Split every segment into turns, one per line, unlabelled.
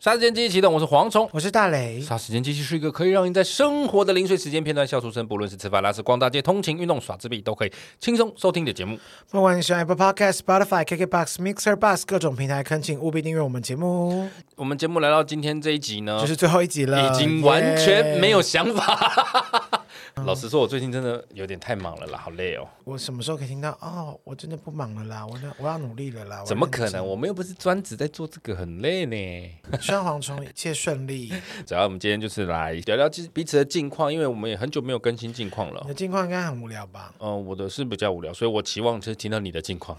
杀时间机器启动，我是蝗虫。
我是大雷，
杀时间机器是一个可以让您在生活的零碎时间片段笑出声，不论是吃饭、拉屎、逛大街、通勤、运动、耍自闭，都可以轻松收听的节目。
不管你是 Apple Podcast、Spotify、KKBox、Mixer、Bus 各种平台，恳请务必订阅我们节目哦。
我们节目来到今天这一集呢，
这是最后一集了，
啊已经完全
耶
没有。想法。老实说，我最近真的有点太忙了啦，嗯好累哦。
我什么时候可以听到？哦，我真的不忙了啦，我要我要努力了啦。
怎么可能？
我
我们又不是专职在做这个，很累呢。
要认真希望蝗虫一切顺 利。
主要我们今天就是来聊聊彼此的近况，因为我们也很久没有更新近况了
你的。近况应该很无聊吧？
嗯、我的是比较无聊，所以我期望是听到你的近况。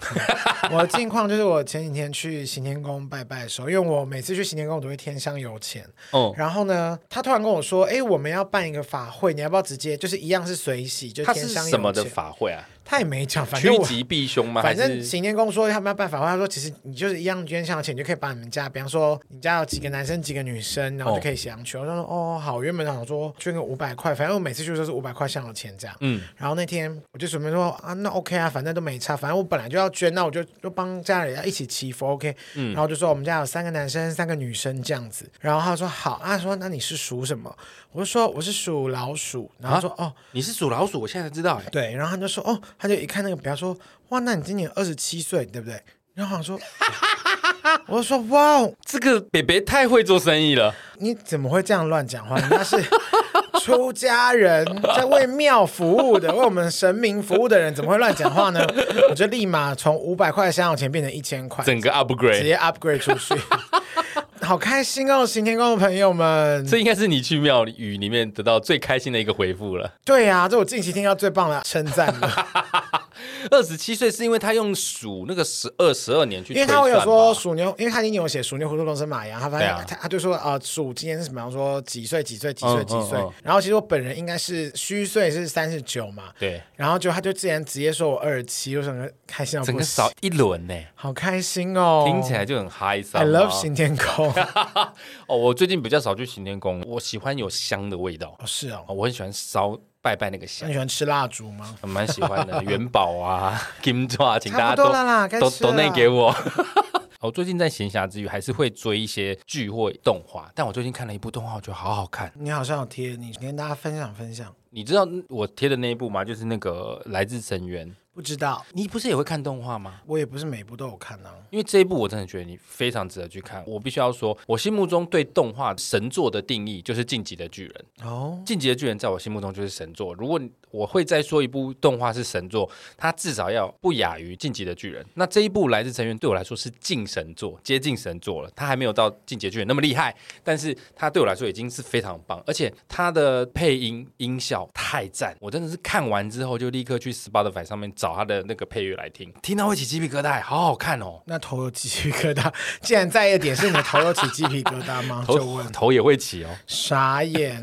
我的近况就是我前几天去行天宫拜拜的时候，因为我每次去行天宫我都会添香油钱。
哦、
然后呢，他突然跟我说：“哎，我们要办一个法会，你要不要直接就是一样是随喜，就
它
添
是
香油钱？”
什么的？法会啊？
他也没讲，反正
趋
我
吉避凶吗？还
反正
是
行天宫说他们要办法会，他说其实你就是一样捐香的钱，你就可以把你们家，比方说你家有几个男生几个女生，然后就可以写上去。我就说哦好，我原本想说捐个五百块，反正我每次去都是五百块香的钱这样。
嗯，
然后那天我就准备说啊，那 OK 啊，反正都没差，反正我本来就要捐，那我就就帮家里人一起祈福 OK。然
嗯
后就说我们家有三个男生，三个女生这样子。然后他说好，啊说那你是属什么？我就说我是属老鼠。
啊
然后他说、哦
你是属老鼠，我现在才知道、欸。
对，然后他就说，哦，他就一看那个表说，哇，那你今年二十七岁，对不对？然后我想说，我就说，哇哦，
这个北北太会做生意了，
你怎么会这样乱讲话？人家是出家人，在为庙服务的，为我们神明服务的人，怎么会乱讲话呢？我就立马从五百块的香油钱变成一千块，
整个
直
upgrade。
接 upgrade 出去， 好开心哦，行天宫的朋友 们。
这应该是你去庙宇里面得到最开心的一个回复了。
对啊，这我近期听到最棒的称赞了。
二十七岁是因为他用数那个十二十二年去
因
推算
为他
吧，
会有说属牛，因为他已经有写属牛、虎、兔、龙、蛇、马、羊，他发现、
对啊
他他就说啊，属、今天是什么？样说几岁几岁几岁
嗯
几岁、
嗯嗯
然后其实我本人应该是虚岁是三十九嘛，
对，
然后就他就之前直接说我二十七，我整个开心到
整
不
个
行
少，一轮呢、
好开心哦，
听起来就很嗨
，I
桑啊。
love 行天 宫
哦，我最近比较少去行天宫，我喜欢有香的味道，
哦，是哦
哦，我很喜欢烧拜拜那个
那
香
你。喜欢吃蜡烛吗？
我蛮喜欢的，元宝啊、 金抓，请大家
差不
都
多了啦该
都
吃
都
了
内给 我。我哦最近在闲暇之余，还是会追一些剧或动画，但我最近看了一部动画，我觉得好好看。
你好像有贴，你跟大家分享分享，
你知道我贴的那一部吗？就是那个《来自深渊》。
不知道，
你不是也会看动画吗？
我也不是每部都有看啊，
因为这一部我真的觉得你非常值得去看。我必须要说，我心目中对动画神作的定义就是《进击的巨人》。
哦
《进击的巨人》在我心目中就是神作。如果你我会再说一部动画是神作，它至少要不亚于《进击的巨人》。那这一部《来自深渊》对我来说是近神作，接近神作了。它还没有到《进击的巨人》那么厉害，但是它对我来说已经是非常棒，而且它的配音音效太赞，我真的是看完之后就立刻去 Spotify 上面找它的那个配乐来听，听到会起鸡皮疙瘩，好好看哦。
那头有鸡皮疙瘩， 既然在意的点是你的头有起鸡皮疙瘩吗？就
头
问。
头也会起哦，
傻眼，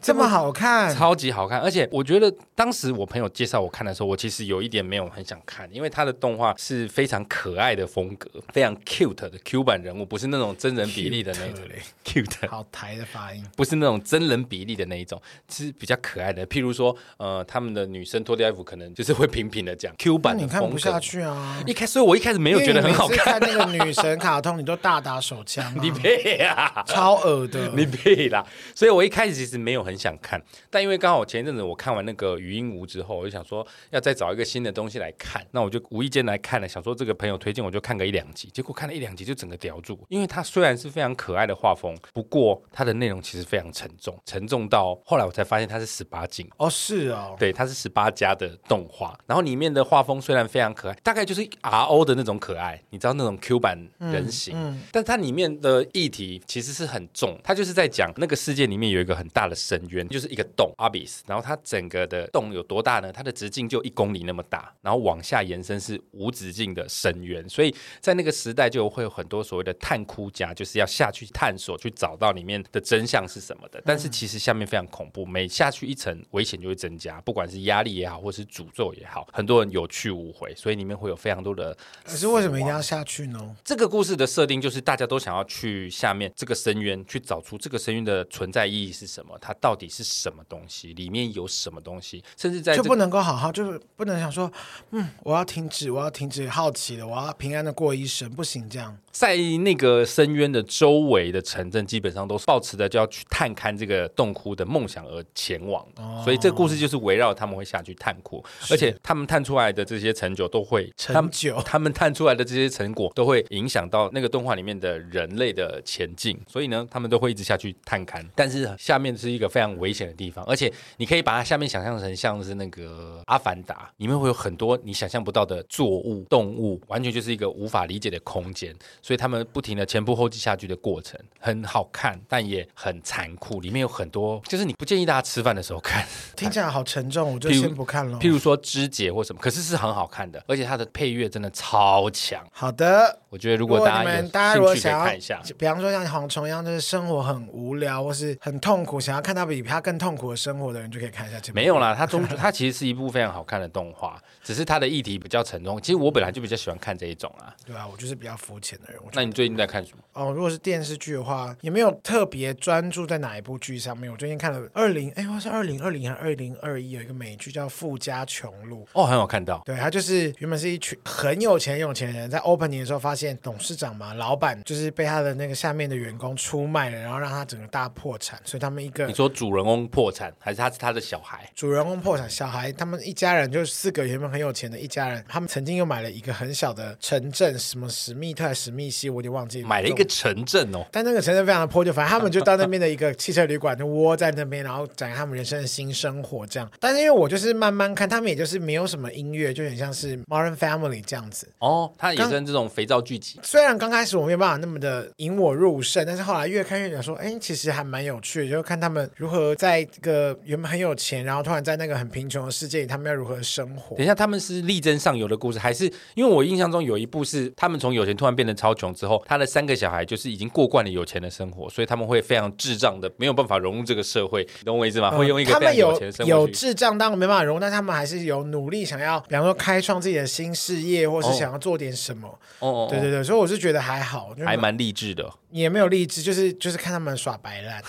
这么好看，
超级好看，而且我觉得当时我朋友介绍我看的时候，我其实有一点没有很想看，因为他的动画是非常可爱的风格，非常 cute 的 Q 版人物，不是那种真人比例的那种
Cute 嘞
cute，
好台的发音。
不是那种真人比例的那一种，是比较可爱的。譬如说，呃，他们的女生脱掉衣服，可能就是会平平的讲 Q
那
版的
你看
风格。
不下去啊？
一开所以我一开始没有觉得很好看，
看。那个女神卡通，你都大打手枪啊、
你配啊！
超恶的。
你屁啦！所以我一开始其实没有很想看，但因为刚好前一阵子我看完那个《语音无》之后，我就想说要再找一个新的东西来看，那我就无意间来看了，想说这个朋友推荐我就看个一两集，结果看了一两集就整个叼住，因为它虽然是非常可爱的画风，不过它的内容其实非常沉重，沉重到后来我才发现它是十八禁。
哦，是哦，
对，它是十八加的动画，然后后里面的画风虽然非常可爱，大概就是 R O 的那种可爱，你知道那种 Q 版人形，但它里面的议题其实是很重，它就是在讲那个世界里面有一个很大的深渊，就是一个洞 abyss，然后它整个的洞有多大呢？它的直径就一公里那么大，然后往下延伸是无止境的深渊，所以在那个时代就会有很多所谓的探窟家，就是要下去探索去找到里面的真相是什么的。但是其实下面非常恐怖，每下去一层危险就会增加，不管是压力也好，或是诅咒也好，很多人有去无回，所以里面会有非常多的。
可是为什么一定要下去呢？
这个故事的设定就是大家都想要去下面这个深渊，去找出这个深渊的存在意义是什么，它到底是什么东西，里面有什么东西，甚至在
就
这
不能够好好，就是不能想说，嗯，我要停止，我要停止好奇了，我要平安的过一生，不行这样。
在那个深渊的周围的城镇，基本上都是抱持着就要去探勘这个洞窟的梦想而前往的。
哦
所以这故事就是围绕他们会下去探窟，而且他们探出来的这些成就都会
成
他们
就
他们探出来的这些成果都会影响到那个动画里面的人类的前进，所以呢，他们都会一直下去探勘。但是下面是一个非常危险的地方，而且你可以把它下面想象成像是那个《阿凡达》，里面会有很多你想象不到的作物、动物，完全就是一个无法理解的空间。所以他们不停的前仆后继下去的过程很好看，但也很残酷。里面有很多，就是你不建议大家吃饭的时候看。
听起来好沉重，我就
譬如
先不看了。
譬如说肢解或什么，可是是很好看的，而且它的配乐真的超强。
好的，
我觉得如
如
果大家
你
有
们
兴
大家如
趣
果
可以
想
看
要
一下，，
比方说像蝗虫一样，就是生活很无聊或是很痛苦，想要看到比他更痛苦的生活的人，就可以看一下这部。
没有啦，它中它其实是一部非常好看的动画，只是它的议题比较沉重。其实我本来就比较喜欢看这一种啊。
对啊，我就是比较肤浅的人。我觉
那
得
你最近在看什么？
哦，如果是电视剧的话，也没有特别专注在哪一部剧上面。我最近看了二零，哎，我是二零二零还是二零二一，有一个美剧叫《富家穷路》。
哦，很好看到，
对他就是原本是一群很有钱很有钱的人，在 opening 的时候发现董事长嘛，老板就是被他的那个下面的员工出卖了，然后让他整个大破产，所以他们一个
你说主人公破产，还是他是他的小孩？
主人公破产，小孩他们一家人就是四个原本很有钱的一家人，他们曾经又买了一个很小的城镇，什么史密特还是史密西，我已经忘记了，
买了一个城镇哦，
但那个城镇非常的破旧，反正他们就到那边的一个汽车旅馆，就窝在那边，然后展开他们人生的新生活这样。但是因为我就是慢慢看，他们也就是没有什么音乐，就很像是 Modern Family 这样子。
哦，他也跟这种肥皂剧集，
虽然刚开始我没有办法那么的引我入胜，但是后来越看越想说，哎，其实还蛮有趣的，就是看他们如何在这个原本很有钱，然后突然在那个很贫穷的世界里，他们要如何生活
等。一下，他们是力争上游的故事，还是因为我印象中有一部是他们从有钱突然变得超穷之后，他的三个小孩就是已经过惯了有钱的生活，所以他们会非常智障的，没有办法融入这个社会，你懂我意思吗？啊会用一个
呃嗯他
非常
们
有
有
钱的生活
有
去。
智障，但我没办法融入，但他们还是有努力想要，比方说开创自己的新事业，或
哦
是想要做点什么。
哦哦，哦
对对对，所以我是觉得还好，就
还蛮励志的。
也没有励志，就是就是看他们耍 白烂，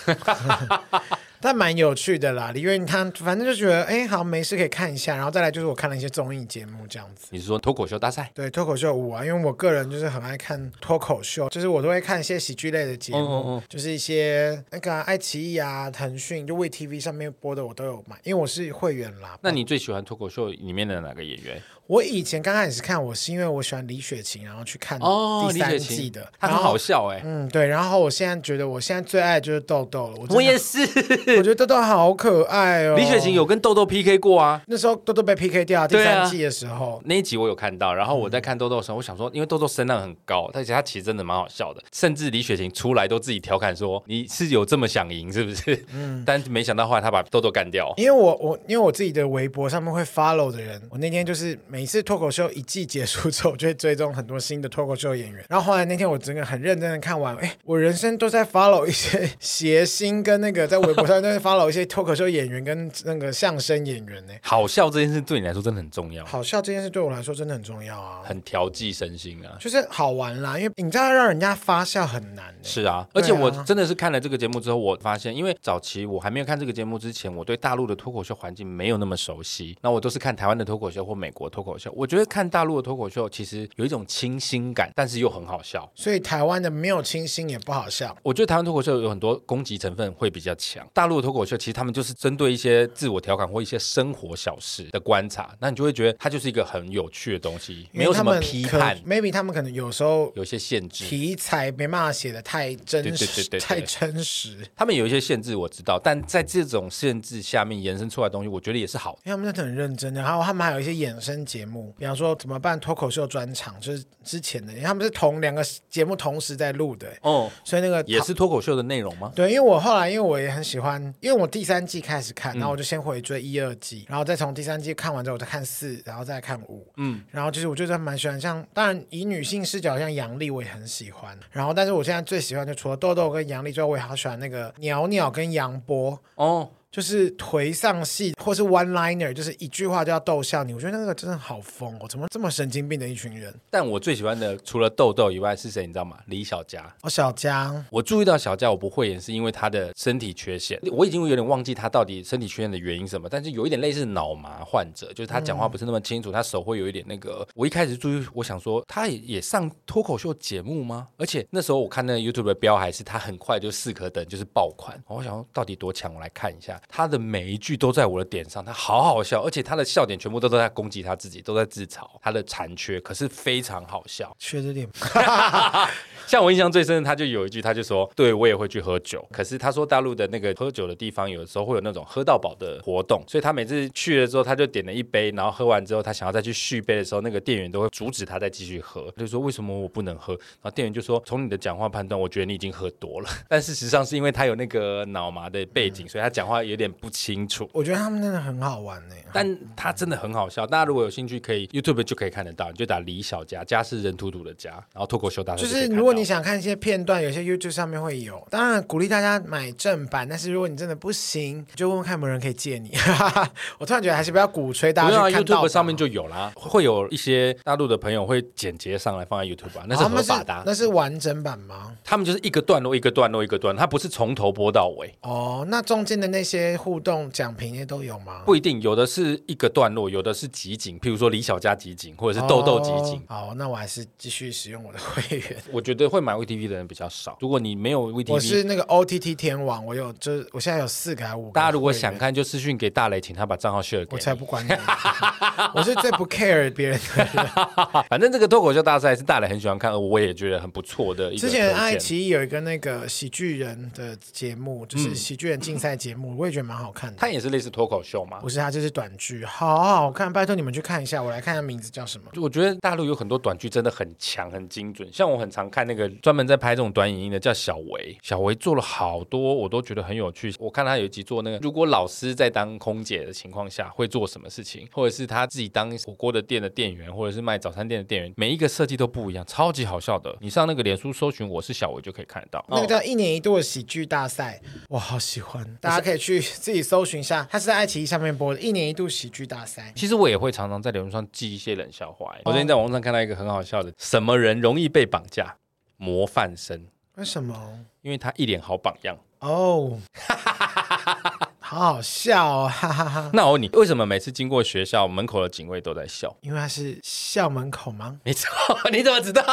但蛮有趣的啦。李月他反正就觉得哎，好没事可以看一下，然后再来就是我看了一些综艺节目这样子。
你是说脱口秀大赛？
对脱口秀舞啊，因为我个人就是很爱看脱口秀，就是我都会看一些喜剧类的节目，
哦哦哦
就是一些那个啊爱奇艺啊、腾讯就 VTV 上面播的我都有买，因为我是会员啦。
那你最喜欢脱口秀里面的哪个演员？
我以前刚开始看，我是因为我喜欢李雪琴，然后去看
哦，
第
李
三
雪
季
琴
的，
她很
然后
好笑哎。
嗯，对。然后我现在觉得，我现在最爱就是豆豆了。我真的
我也是，
我觉得豆豆好可爱哦。
李雪琴有跟豆豆 PK 过啊。
那时候豆豆被 PK 掉第
对啊
三季的时候，
那一集我有看到，然后
嗯
我在看豆豆的时候，我想说，因为豆豆声量很高，而且他其实真的蛮好笑的，甚至李雪琴出来都自己调侃说：“你是有这么想赢是不是？” 但没想到后来他把豆豆干掉。
嗯因为我我因为我自己的微博上面会 follow 的人，我那天就是每一次脱口秀一季结束之后，我就会追踪很多新的脱口秀演员。然后后来那天我整个很认真的看完，哎，我人生都在 follow 一些谐星跟那个在微博上都在 follow 一些脱口秀演员跟那个相声演员呢。
好笑这件事对你来说真的很重要，
好笑这件事对我来说真的很重要啊，
很调剂身心啊。
就是好玩啦，因为你知道让人家发笑很难的。
是啊，而
对啊
且我真的是看了这个节目之后，我发现，因为早期我还没有看这个节目之前，我对大陆的脱口秀环境没有那么熟悉，那我都是看台湾的脱口秀或美国脱口秀。我觉得看大陆的脱口秀其实有一种清新感，但是又很好笑。
所以台湾的没有清新也不好笑。
我觉得台湾脱口秀有很多攻击成分会比较强，大陆的脱口秀其实他们就是针对一些自我调侃或一些生活小事的观察，那你就会觉得它就是一个很有趣的东西，
因
没
为
有什
他
么
们
批
可
判，
maybe 他们可能有时候
有一些限制。
题材没办法写的太真
对对对
实
对对，
太真实。
他们有一些限制，我知道，但在这种限制下面延伸出来的东西，我觉得也是好的。
因为他们真的很认真的，然后他们还有一些衍生节目，比方说怎么办脱口秀专场，就是之前的，因为他们是同两个节目同时在录的，
哦，
所以那个
也
讨
是脱口秀的内容吗？
对，因为我后来因为我也很喜欢，因为我第三季开始看，然后我就先回追一二季，然后再从第三季看完之后，我再看四，然后再看五。
嗯
嗯，然后就是我就是蛮喜欢像，当然以女性视角，像杨丽我也很喜欢。然后，但是我现在最喜欢就除了豆豆跟杨丽之外，我也好喜欢那个袅袅跟杨波。
哦，
就是颓丧系，或是 one liner，就是一句话就要逗笑你。我觉得那个真的好疯哦，怎么这么神经病的一群人？
但我最喜欢的除了豆豆以外是谁？你知道吗？李小佳。
哦，小江，
我注意到小佳我不会演，是因为她的身体缺陷。我已经有点忘记她到底身体缺陷的原因是什么，但是有一点类似脑麻患者，就是她讲话不是那么清楚，她手会有一点那个。我一开始注意，我想说她也也上脱口秀节目吗？而且那时候我看那个 YouTube 的标还是她很快就四颗等就是爆款，我想说到底多强，我来看一下。她的每一句都在我的点上，她好好笑，而且她的笑点全部都在攻击她自己，都在自嘲她的残缺，可是非常好笑。
缺着点。
像我印象最深的，他就有一句，他就说：“对我也会去喝酒。”可是他说大陆的那个喝酒的地方，有的时候会有那种喝到饱的活动，所以他每次去了之后，他就点了一杯，然后喝完之后，他想要再去续杯的时候，那个店员都会阻止他再继续喝，就说：“为什么我不能喝？”然后店员就说：“从你的讲话判断，我觉得你已经喝多了。”但事实上是因为他有那个脑麻的背景，所以他讲话有点不清楚。
我觉得他们真的很好玩欸呢、
但他真的很好笑，大家如果有兴趣，可以 YouTube 就可以看得到，你就打李小佳，佳是人土土的佳，然后脱口秀大师
就
可以
是
看
如
到
果你想看一些片段，有些 YouTube 上面会有。当然鼓励大家买正版，但是如果你真的不行，就问问看有没有人可以借你。 我突然觉得还是不要鼓吹大
不用
家
啊
去看盗版
，YouTube 上面就有啦，会有一些大陆的朋友会剪接上来放在 YouTube 啊，那是
哦
合法的啊、
那是完整版吗？
他们就是一个段落一个段落一个段落，它不是从头播到尾，
哦，那中间的那些互动讲评也都有吗？
不一定，有的是一个段落，有的是集锦，譬如说李小佳集锦，或者是豆豆集锦。
哦。哦，那我还是继续使用我的会 员。
我觉得会买 VTV 的人比较少，如果你没有
我
VTV，
是那个 OTT 天王，我有，就是我现在有四个还是五个。
大家如果想，看就私讯给大雷，请他把账号 share 给你。
我才 不管你，我是最不 care 别人的人。
反正这个脱口秀大赛是大雷很喜欢看，而我也觉得很不错的一个
之
推荐。
前爱奇艺有一个那个喜剧人的节目，
嗯
就是喜剧人竞赛节目，我也觉得蛮好看的
它。也是类似脱口秀嘛
不，是，它这是短剧，好好看，拜托你们去看一下。我来看一下名字叫什么。
我觉得大陆有很多短剧真的很强、很精准，像我很常看那个专门在拍这种短影音的，叫小维。小维做了好多，我都觉得很有趣。我看他有一集做那个，如果老师在当空姐的情况下会做什么事情，或者是他自己当火锅的店的店员，或者是卖早餐店的店员，每一个设计都不一样，超级好笑的。你上那个脸书搜寻我是小维就可以看得到。哦
那个叫一年一度的喜剧大赛，我好喜欢，大家可以去自己搜寻一下，它是在爱奇艺上面播的一年一度喜剧大赛。
其实我也会常常在脸书上记一些冷笑话。欸我最
哦
近在网络上看到一个很好笑的，什么人容易被绑架？模范生，
为什么？
因为他一脸好榜样。
哦，好好笑哦，哈哈哈。
那我问你，为什么每次经过学校门口的警卫都在笑？
因为它是校门口吗？
你知道？ 你怎么知道？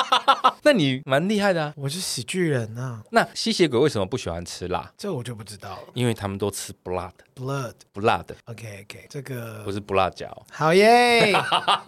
那你蛮厉害的啊。
我是喜剧人呐、啊，
那吸血鬼为什么不喜欢吃辣？
这我就不知道了。
因为他们都吃不辣的，
Blood。
不辣的
OK OK，这
不
个
是不辣椒。
好耶！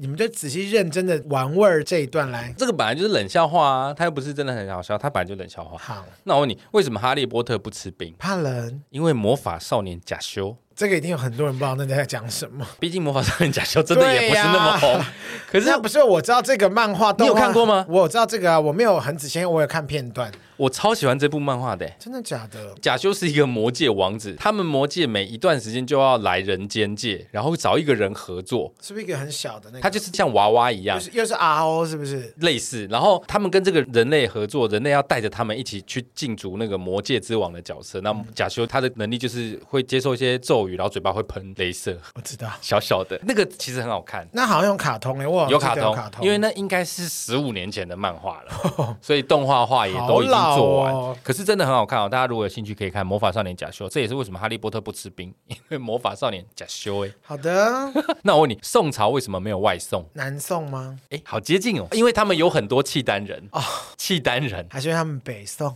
你们就仔细认真的玩味儿这一段来。
这个本来就是冷笑话啊，他又不是真的很好笑，他本来就冷笑话。
好，
那我问你，为什么哈利波特不吃冰？
怕冷，
因为魔法少年假修，
这个一定有很多人不知道那在讲什么。
毕竟魔法少年假修真的也不是那么
对
红
呀。
可
可
是
是不是我知道这个漫画，
你有
动画
看过吗
我有知道这个啊，我没有很仔细，我有看片段。
我超喜欢这部漫画的欸、
真的假的？
假修是一个魔界王子，他们魔界每一段时间就要来人间界，然后找一个人合作，
是不是一个很小的那个？
他啊就是像娃娃一样
又。是又是 RO 是不是？
类似，然后他们跟这个人类合作，人类要带着他们一起去竞逐那个魔界之王的角色。那假修他的能力就是会接受一些咒语，然后嘴巴会喷镭射，
我知道，
小小的那个其实很好看，
那好像有卡通哎、我好像
有卡
记得
通，
卡通，
因为那应该是十五年前的漫画 了，所以动画化也都已经做完。
好老哦
可是真的很好看哦，大家如果有兴趣可以看《魔法少年假修》，这也是为什么哈利波特不吃冰，因为魔法少年假修哎。
好的
那我问你，宋朝为什么没有外送？
南宋吗？
哎，好接近哦，因为他们有很多契丹人
哦，
契丹人
还是因为他们北宋？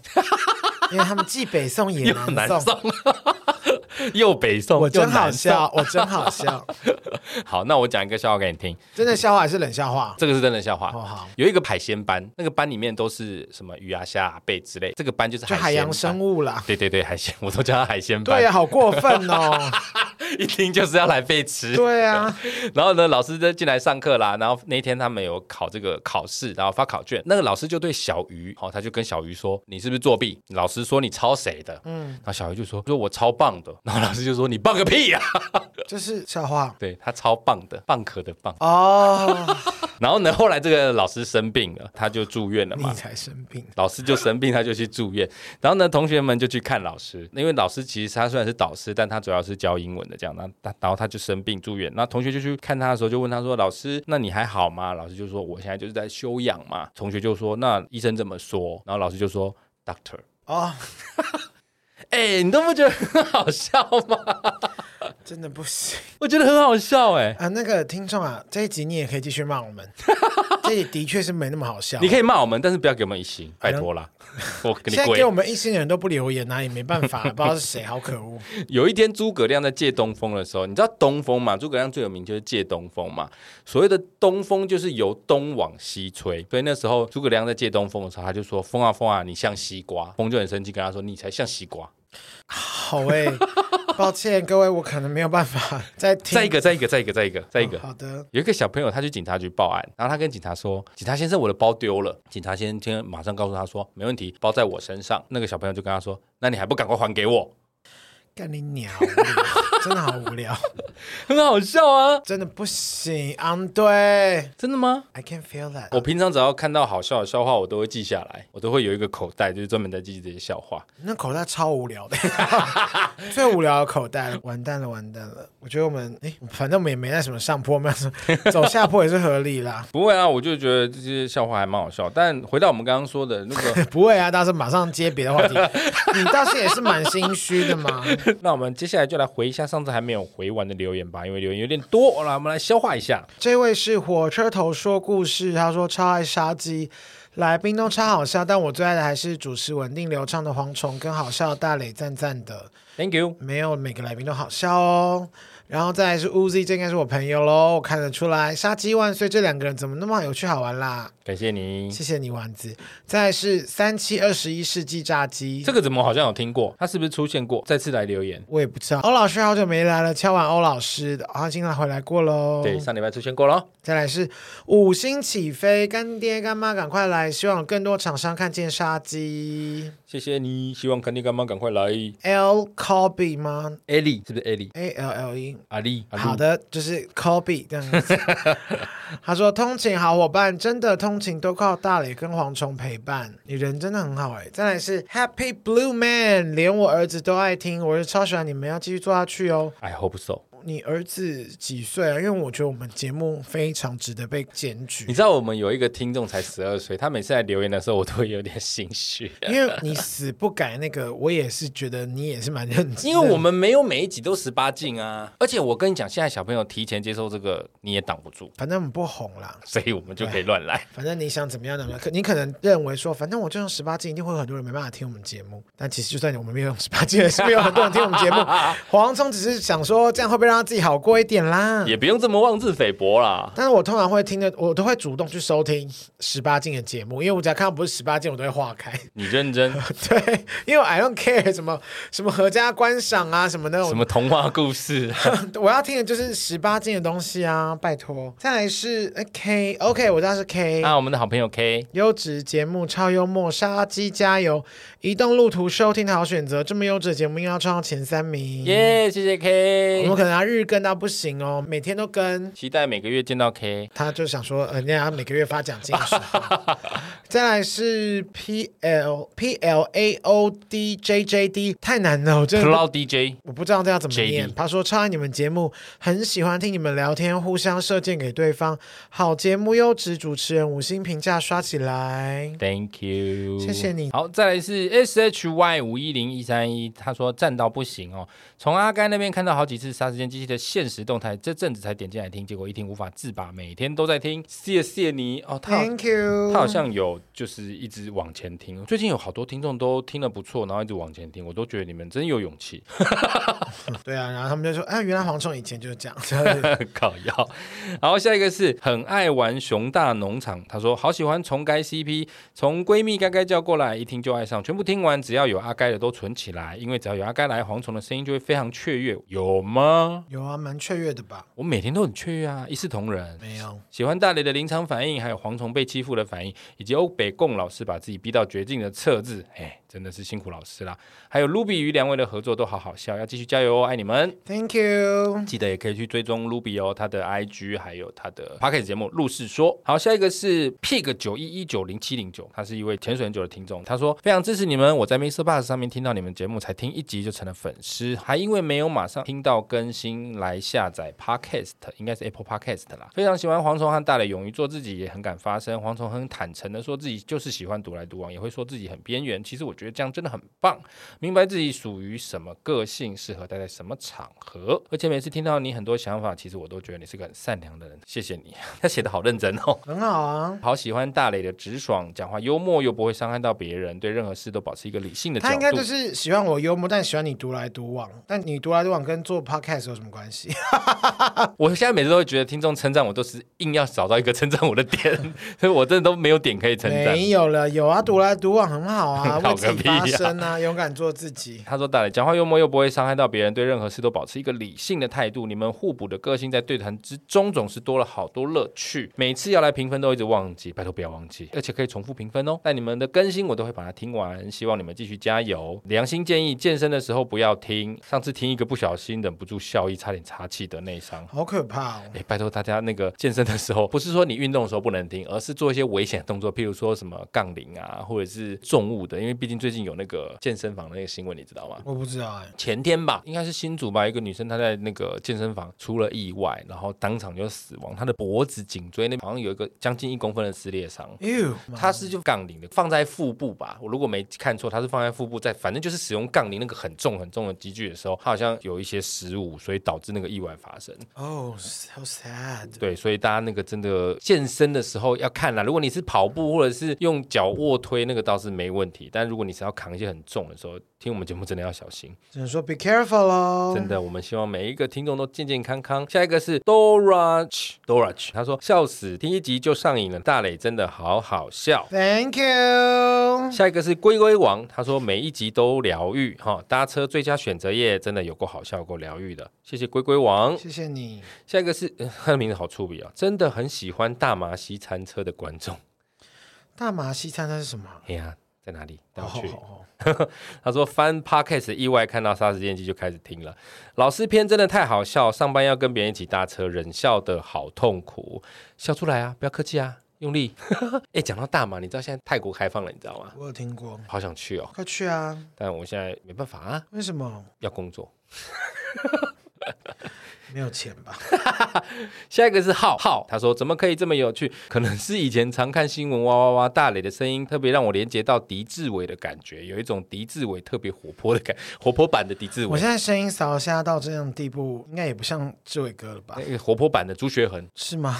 因为他们既北宋也
又
南
南
宋，
宋， 又北宋，
我真
又南
好笑，我真好笑，
宋。好，那我讲一个笑话给你听，
真的笑话还是冷笑话？
这个是真的笑话。
哦好
有一个海鲜班，那个班里面都是什么鱼啊、虾啊、贝之类，这个班就是
就
海
海洋生
物。
物啦。
对对对，海鲜，我都叫它海鲜班。
对呀、啊好过分 哦！
一听就是要来被吃。
对啊，
然后呢，老师就进来上课啦。然后那一天他们有考这个考试，然后发考卷。那个老师就对小鱼，哦，他就跟小鱼说：“你是不是作弊？”老师说：“你抄谁的？”嗯，然后小鱼就说：“说我超棒的。” 然后老师就说：“你棒个屁呀、
这是 笑话
对他超棒的，蚌壳的蚌。
哦，
然后呢，后来这个老师生病了，他就住院了
你
嘛。
才生病。
老师就生病，他就去住院。然后呢，同学们就去看老师，因为老师其实他虽然是导师，但他主要是教英文的这样。那他然后他就生病住院，那同学就去看他的时候，就问他说：“老师，那你还好吗？”老师就说：“我现在就是在休养嘛。”同学就说：“那医生怎么说？”然后老师就说：“Doctor。
哦，”
哎，你都不觉得很好笑吗？
真的不行
我觉得很好笑哎、
啊！那个听众啊，这一集你也可以继续骂 我们，这一集的确是没那么好笑。
你可以骂我们，但是不要给我们一星，拜托啦！我跟你
哎现在
跪
给。我们一星的人都不留言啊，也没办法，不知道是谁，好可恶。
有一天诸葛亮在借东风的时候，你知道东风嘛？诸葛亮最有名就是借东风嘛。所谓的东风就是由东往西吹，所以那时候诸葛亮在借东风的时候，他就说：“风啊风啊，你像西瓜。”风就很生气，跟他说：“你才像西瓜。
好哎、抱歉各位，我可能没有办法再”听。哦
再一个，再一个，再一个，再一个，再一个。
好的，
有一个小朋友，他去警察局报案，然后他跟警察说：“警察先生，我的包丢了。”警察先生马上告诉他说：“没问题，包在我身上。”那个小朋友就跟他说：“那你还不赶快还给我
干你鸟，无聊真的好无聊，？”
很好笑啊！
真的不行。嗯，对
真的吗？
，I can feel that。
我平常只要看到好笑的笑话，我都会记下来，我都会有一个口袋，就是专门在记这些笑话。
那口袋超无聊的，最无聊的口袋，完蛋了，完蛋了！我觉得我们，哎，反正我们也没在什么上坡，我们走下坡也是合理啦。
不会啊，我就觉得这些笑话还蛮好笑。但回到我们刚刚说的那个，
不会啊，大是马上接别的话题。你倒是也是蛮心虚的嘛。
那我们接下来就来回一下上次还没有回完的留言吧，因为留言有点多，来我们来消化一下。
这位是火车头说故事，他说超爱杀鸡，来宾都超好笑，但我最爱的还是主持稳定流畅的蝗虫跟好笑的大磊，赞赞的。
Thank you。
没有每个来宾都好笑哦。然后再来是 Uzi，这应该是我朋友喽，我看得出来。杀鸡万岁，这两个人怎么那么有趣好玩啦？
感谢你。
谢谢你丸子。再来是三七二十一世纪炸鸡，
这个怎么好像有听过？他是不是出现过？再次来留言。
我也不知道。欧老师好久没来了，敲完欧老师的，啊，经常回来过喽。
对，上礼拜出现过了。
再来是五星起飞，干爹干妈赶快来，希望有更多厂商看见杀鸡。
谢谢你，希望肯定干妈赶快来。
L Kobe 吗
Ellie 是不是 Ellie？
？A L L E
阿丽，阿丽
好，的，就是 Kobe 这样 子。他说：“通勤好伙伴，真的通勤都靠大磊跟蝗虫陪伴，你人真的很好哎、再来是 Happy Blue Man，连我儿子都爱听，我是超喜欢你们，要继续做下去哦。
I hope so。
你儿子几岁啊？因为我觉得我们节目非常值得被检举
你。知道我们有一个听众才十二岁，他每次来留言的时候，我都会有点心虚。
因为你死不改那个，我也是觉得你也是蛮认真。
因为我们没有每一集都十八禁啊，而且我跟你讲，现在小朋友提前接受这个，你也挡不住，
反正我们不红啦，
所以我们就可以乱 来。
反正你想怎么样怎么样，可你可能认为说，反正我就用十八禁，一定会有很多人没办法听我们节目。但其实就算我们没有用十八禁，也是没有很多人听我们 节目。黄聪只是想说，这样会不会让他自己好过一点啦？
也不用这么妄自菲薄啦。
但是我通常会听的，我都会主动去收听十八禁的节目，因为我只要看到不是十八禁，我都会划开。
你认真，
对，因为 I don't care 什么什么合家观赏啊什么那种
什么童话故事？
我要听的就是十八禁的东西啊，拜托。再来是呃 K OK，我知道是 K。
那我们的好朋友 K，
优质节目超幽默，杀鸡加油！移动路途收听的好选择，这么优质的节目应该要冲到前三名。
耶谢谢
我
K，
们可能要日更到不行哦，每天都跟。
期待每个月见到 K。
他就想说，呃，人家每个月发奖金的时 候。再来是 P L P L A O D J J D，太难了，我真的不
Cloud DJ，
我不知道这要怎么
JD
念。他说超爱你们节目，很喜欢听你们聊天，互相射箭给对方。好节目，优质主持人，五星评价刷起来。
Thank you，
谢谢你
好，再来是 S H Y 五一零一三一，他说赞到不行哦，从阿甘那边看到好几次杀时间机器的现实动态，这阵子才点进来听，结果一听无法自拔，每天都在听，谢谢你哦，他好
Thank you，
他好像有就是一直往前听。最近有好多听众都听得不错，然后一直往前听，我都觉得你们真有勇气。
对啊，然后他们就说，啊，原来蝗虫以前就是这样， 就是
搞腰。然后下一个是很爱玩熊大农场，他说好喜欢重该 CP，从闺蜜该该叫过来，一听就爱上，全部听完，只要有阿该的都存起来，因为只要有阿该来，蝗虫的声音就会非常雀跃，有吗？
有啊，蛮雀跃的吧？
我每天都很雀跃啊，一视同仁。
没有，
喜欢大雷的临场反应，还有蝗虫被欺负的反应，以及欧北贡老师把自己逼到绝境的测字，哎，真的是辛苦老师啦。还有 Ruby 与两位的合作都好好笑，要继续加油哦，爱你们。
Thank you。
记得也可以去追踪 Ruby 哦，他的 IG 还有他的 p o c k e t 节目《路是说》。好，下一个是 Pig 九一一九零七零九，他是一位潜水很久的听众，他说非常支持你们，我在 Mr. Bus 上面听到你们节目，才听一集就成了粉丝，还因为没有马上听到更新来下载 Podcast，应该是 Apple Podcast 啦。非常喜欢蝗虫和大磊勇于做自己，也很敢发声。蝗虫很坦诚的说自己就是喜欢独来独往，也会说自己很边缘。其实我觉得这样真的很棒。明白自己属于什么个性，适合待在什么场合。而且每次听到你很多想法，其实我都觉得你是个很善良的人。谢谢你， 他写的好认真哦。
很好啊，
好喜欢大磊的直爽，讲话幽默又不会伤害到别人，对任何事都保持一个理性的角
他
度。
应该就是喜欢我幽默，但喜欢你独来独往。但你独来独往跟做 podcast 有什么关系？
我现在每次都会觉得听众称赞我都是硬要找到一个称赞我的点， 所以我真的都没有点可 以称赞。
没有了，有啊，独来独往很 好啊，
搞
为自
个
己
屁啊
发声啊， 勇敢做自己。
他说：“大磊讲话幽默又不会伤害到别人，对任何事都保持一个理性的态度。你们互补的个性在对谈之中总是多了好多乐趣。每次要来评分都一直忘记，拜托不要忘记，而且可以重复评分哦。但你们的更新我都会把它听完，希望你们继续加油。良心建议，健身的时候不要听。上次听一个不小心忍不住笑意，差点岔气的内伤。”
好可怕哦！
哎、拜托大家，那个健身的时候，不是说你运动的时候不能听，而是做一些危险的动作，譬如说什么杠铃啊，或者是重物的，因为毕竟最近有那个健身房的那个新闻，你知道吗？
我不知道哎、
前天吧，应该是新竹吧，一个女生她在那个健身房出了意外，然后当场就死亡，她的脖子、颈椎那边好像有一个将近一公分的撕裂伤。
哎呦，
她是就杠铃的，放在腹部吧，我如果没看错，她是放在腹部，在反正就是使用杠铃那个很重很重的机具的时候，她好像有一些失误，所以导致那个意外发生。
哦、s o sad。
对，所以大家那个真的健身的时候要看啦。如果你是跑步或者是用脚卧推，那个倒是没问题，但如果你是要扛一些很重的时候，听我们节目真的要小心。
只能说 be careful 喽。
真的，我们希望每一个听众都健健康康。下一个是 Dora Dora，他说笑死，第一集就上瘾了，大磊真的好好笑。
Thank you。
下一个是龟龟王，他说每一集都疗愈哈，搭车最佳选择页真的有够好笑，有够疗愈的，谢谢龟龟王。
谢谢你，
下一个是、呃他的名字好粗鄙啊，真的很喜欢大麻西餐车的观众。
大麻西餐它是什么？哦
哎呀，在哪里？带我
好
去。
好好，
他说翻 podcast 意外看到《杀时间机》就开始听了，老师篇真的太好笑，上班要跟别人一起搭车，忍笑的好痛苦，笑出来啊，不要客气啊，用力。 哎、讲到大麻，你知道现在泰国开放了，你知道吗？
我有听过。
好想去哦，
快去啊！
但我现在没办法啊，
为什么
要工作。
没有钱吧？
下一个是浩浩，他说怎么可以这么有趣？可能是以前常看新闻哇哇哇大磊的声音，特别让我连接到狄志伟的感觉，有一种狄志伟特别活泼的感，活泼版的狄志
我
伟
现，在声音扫瞎到这样地步，应该也不像志伟哥了吧？
那个活泼版的朱学恒。
是吗？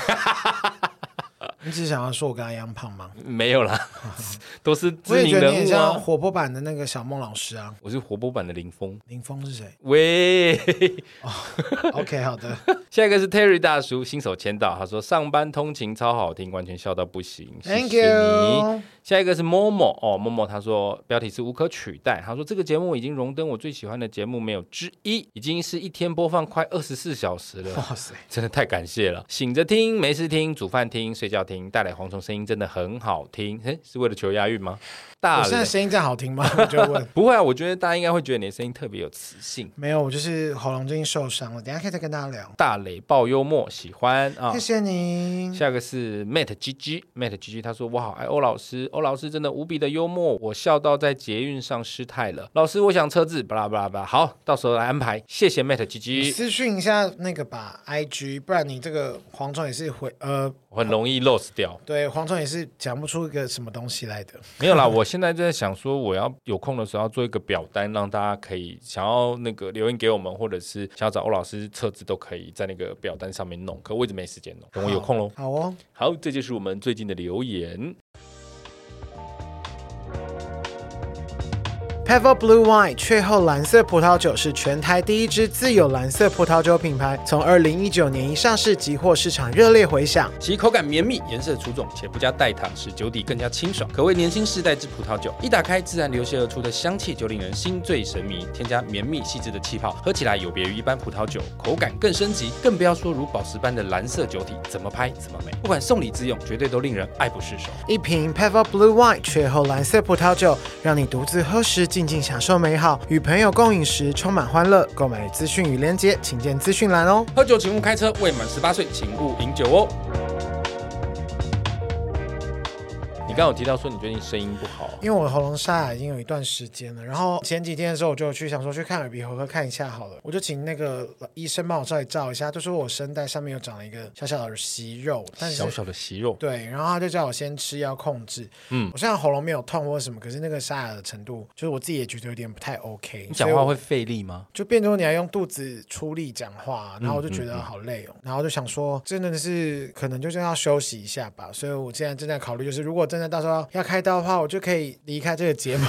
你只是想要说我跟他一样胖吗？
没有 啦，都是
我
知
也
名
觉得你
人
很
物啊。
像活泼版的那个小孟老师啊。
我是活泼版的林峰。
林峰是 谁
喂，
？OK，好的。
下一个是 Terry 大叔，新手签到，他说上班通勤超好听，完全笑到不行。谢
Thank
谢你。
you。
下一个是 Momo 哦，Momo 他说标题是无可取代，他说这个节目已经荣登我最喜欢的节目没有之一，已经是一天播放快二十四小时了。
哇塞，
真的太感谢了！醒着听，没事听，煮饭听，睡觉听，大磊蝗虫声音真的很好听。嘿，是为了求押韵吗？
我
大
现
磊
在声音这样 好听吗？我就问。
不会啊，我觉得大家应该会觉得你的声音特别有磁性。
没有，我就是喉咙最近受伤了，等一下可以再跟大家聊。
大磊爆幽默，喜欢啊
谢。谢你。
下一个是 Mate G G Mate G G，他说我好哎爱欧老师，欧老师真的无比的幽默，我笑到在捷运上失态了。老师，我想车子，巴拉巴拉巴拉。好，到时候来安排。谢谢 Mate G
你
G，
私讯一下那个吧，IG，不然你这个蝗虫也是回呃，
我很容易 lose 掉。
对，蝗虫也是讲不出一个什么东西来的。
没有啦，我现在就在想说，我要有空的时候要做一个表单，让大家可以想要那个留言给我们，或者是想要找欧老师车子都可以在那个表单上面弄。可我一直没时间弄，等我有空喽。
好哦，
好，这就是我们最近的留言。
Pebble Blue Wine 雀后蓝色葡萄酒是全台第一支自有蓝色葡萄酒品牌，从二零一九年一上市即获市场热烈回响。
其口感绵密，颜色出众，且不加代糖，使酒底更加清爽，可谓年轻世代之葡萄酒。一打开，自然流泻而出的香气就令人心醉神迷。添加绵密细致的气泡，喝起来有别于一般葡萄酒，口感更升级。更不要说如宝石般的蓝色酒体，怎么拍怎么美。不管送礼自用，绝对都令人爱不释手。
一瓶 Pebble Blue Wine 雀后蓝色葡萄酒，让你独自喝时静静享受美好，与朋友共饮时充满欢乐。购买资讯与链接，请见资讯栏哦。
喝酒请勿开车，未满十八岁请勿饮酒哦。你刚刚有提到说你最近声音不好，
因为我喉咙沙哑已经有一段时间了，然后前几天的时候我就去想说去看耳鼻喉科看一下好了，我就请那个医生帮我稍微照一下，就说我声带上面有长了一个小小的息肉，但是
小小的息肉，
对，然后他就叫我先吃药控制。
嗯
嗯，我现在喉咙没有痛或什么，可是那个沙哑的程度，就是我自己也觉得有点不太 OK。
你讲
所以
话
我
会费力吗？
就变成你要用肚子出力讲话，
嗯
然后我就觉得好累哦，然后就想说，真的是可能就是要休息一下吧。所以我现在正在考虑，就是如果真的到时候要开刀的话，我就可以离开这 个节目，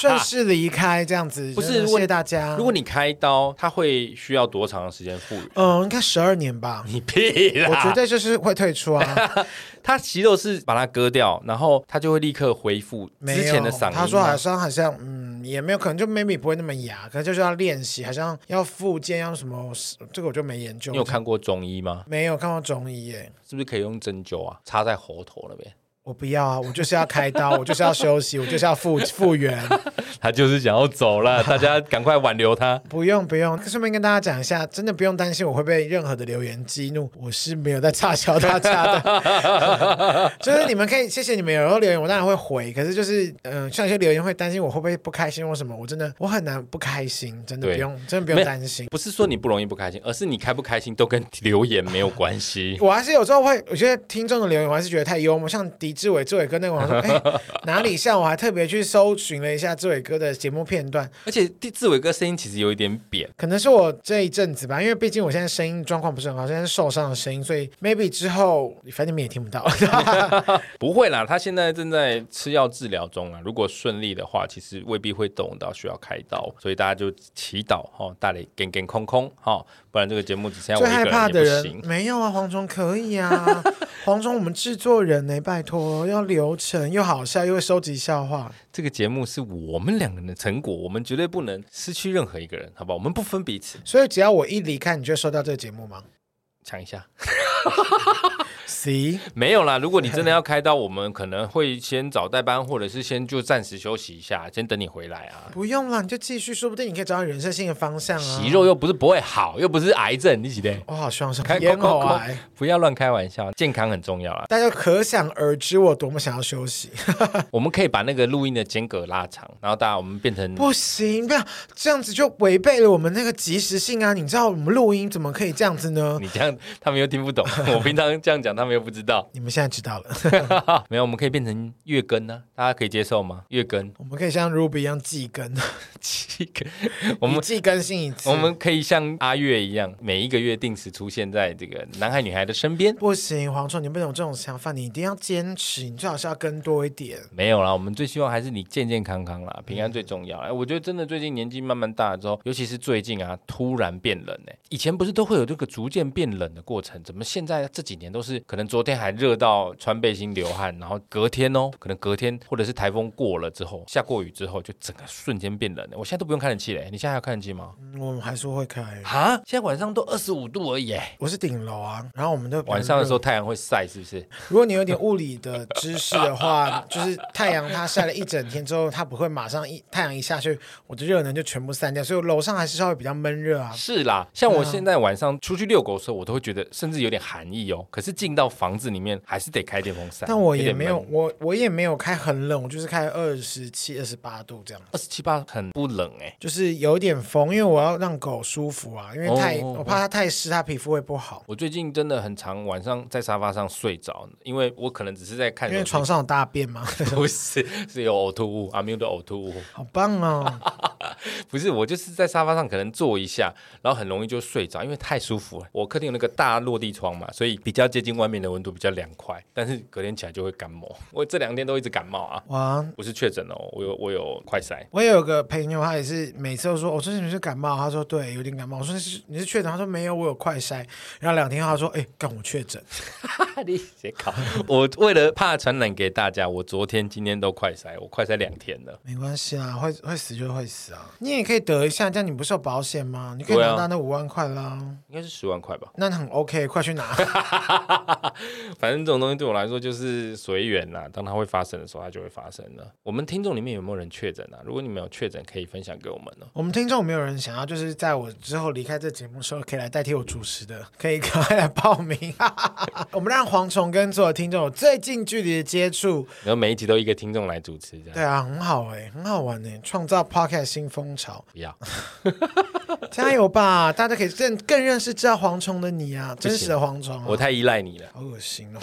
顺势离开这样子。
不是
真的
如
谢
果
谢大家。
如果你开刀，它会需要多长的时 间复原？
嗯，应该十二 年吧。
你屁啦！
我觉得就是会退 出啊，
它息肉是把它割掉，然后它就会立刻恢复
没有
之前的嗓音啊吗。
他说好像好像嗯，也没有可能就 maybe 不会那么哑，可能就是要练习，好像要复健要什么，这个我就没研究。
你有看过中医吗？
没有看过中医耶？
是不是可以用针灸啊，插在喉头那边？
我不要啊！我就是要开刀，我就是要休息，我就是要复复原。
他就是想要走 了，大家赶快挽留他。
不用不用，顺便跟大家讲一下，真的不用担心我会被任何的留言激怒，我是没有在差小大家的。 就是你们可以谢谢你们有时候留言，我当然会回，可是就是嗯、呃像有些留言会担心我会不会不开心或什么，我真的我很难不开心，真的
对
不用真的不
没
用
有
担心。
不是说你不容易不开心，而是你开不开心都跟留言没有关系。
我还是有时候会，我觉得听众的留言我还是觉得太幽默，像狄志伟、志伟哥那个，我说哎、 哪里像？我还特别去搜寻了一下志伟哥的节目片段，
而且第志伟哥声音其实有一点扁，
可能是我这一阵子吧，因为毕竟我现在声音状况不是很好，现在是受伤的声音，所以 maybe 之后反正你们也 听不到。
不会啦，他现在正在吃药治疗中啊。如果顺利的话，其实未必会动到需要开刀，所以大家就祈祷哦，大磊健健空空哦，不然这个节目只剩下
最
我一
害
个
怕
人
的
也不
人
行。
没有啊，蝗虫可以啊， 蝗虫我们制作人呢、拜托要流程又好笑又会收集笑话，
这个节目是我们两个人的成果，我们绝对不能失去任何一个人，好不好？我们不分彼此。
所以只要我一离开，你就会收到这个节目吗
想一下，
？See，
没有啦。如果你真的要开刀，我们可能会先找代班，或者是先就暂时休息一下，先等你回来啊。
不用了，你就继续，说不定你可以找到人生新的方向啊。
息肉又不是不会好，又不是癌症，你几天
我好希望是
开
咽
口
喉
口
癌，
不要乱开玩笑，健康很重要啦。啊
大家可想而知我多么想要休息。
我们可以把那个录音的间隔拉长，然后大家我们变成
不行，不要这样子就违背了我们那个及时性啊！你知道我们录音怎么可以这样子呢？
你这样，他们又听不懂。我平常这样讲，他们又不知 道。
你们现在知道了，
没有，我们可以变成月更呢、大家可以接受吗？月更，
我们可以像 Ruby 一样季更，
七个，我们
一季更新一次。
我们可以像阿月一样，每一个月定时出现在这个男孩女孩的身边。
不行，蝗虫，你不能有这种想法，你一定要坚持，你最好是要更多一点。
没有啦，我们最希望还是你健健康康啦，平安最重要。哎、我觉得真的最近年纪慢慢大了之后，尤其是最近啊，突然变冷哎、以前不是都会有这个逐渐变冷的过程，怎么现在这几年都是可能昨天还热到穿背心流汗，然后隔天哦， 可能隔天或者是台风过了之后，下过雨之后，就整个瞬间变冷哎了。我现在都不用开冷气嘞、你现在还有开冷气吗？
嗯我们还是会开，
啊，现在晚上都二十五度而已、哎
我是顶楼啊，然后我们都
晚上的时候太阳会晒，是不是？
如果你有点物理的知识的话， 就是太阳它晒了一整天之后，它不会马上一太阳一下去，我的热能就全部散掉，所以我楼上还是稍微比较闷热啊。
是啦，像我现在晚上出去遛狗的时候，我都会觉得甚至有点寒意哦。可是进到房子里面，还是得开电风扇。
但我也
点
没有
闷，，
我我也没有开很冷，我就是开二十七、二十八度这样，
二十七八很不冷哎、
就是有一点风，因为我要让狗舒服啊，因为太
哦哦哦
我怕它太湿，它皮肤会不好。
我最近真的很常晚上在沙发上睡着，因为我可能只是在看
因
手机。
为床上有大便嘛，
不是是有呕吐物，啊阿没有的呕吐物。
好棒哦！
不是，我就是在沙发上可能坐一下，然后很容易就睡着，因为太舒服了。我客厅有那个大落地窗嘛，所以比较接近外外面的温度比较凉快，但是隔天起来就会感冒。 我这两天都一直感冒啊，
哇，
不是确诊哦，我有我有快筛。
我也有个朋友，他也是每次都说，哦我、最近你是感冒，他说对，有点感冒。我说你是你是确诊，他说没有，我有快筛。然后两天后他说，哎、干我确诊，
你写考，我为了怕传染给大家，我昨天今天都快筛，我快筛两天了。
没关系啊，会会死就会死啊，你也可以得一下，这样你不是有保险吗？你可以
对啊
拿到那五万块啦，
应该是十万块吧，
那很 OK，快去拿。
反正这种东西对我来说就是随缘啦。当它会发生的时候，它就会发生了。我们听众里面有没有人确诊啊？如果你们有确诊，可以分享给我们哦。
我们听众有没有人想要，就是在我之后离开这节目的时候，可以来代替我主持的，可以赶快来报名。 我们让蝗虫跟所有听众有最近距离的接触，
然后每一集都一个听众来主持，这样
对啊，很好哎、很好玩哎、创造 Podcast 新风潮，
不要。
加油吧！大家可以认更认识知道蝗虫的你啊，真实的蝗虫、
我
啊，
太依赖你了，
好恶心哦。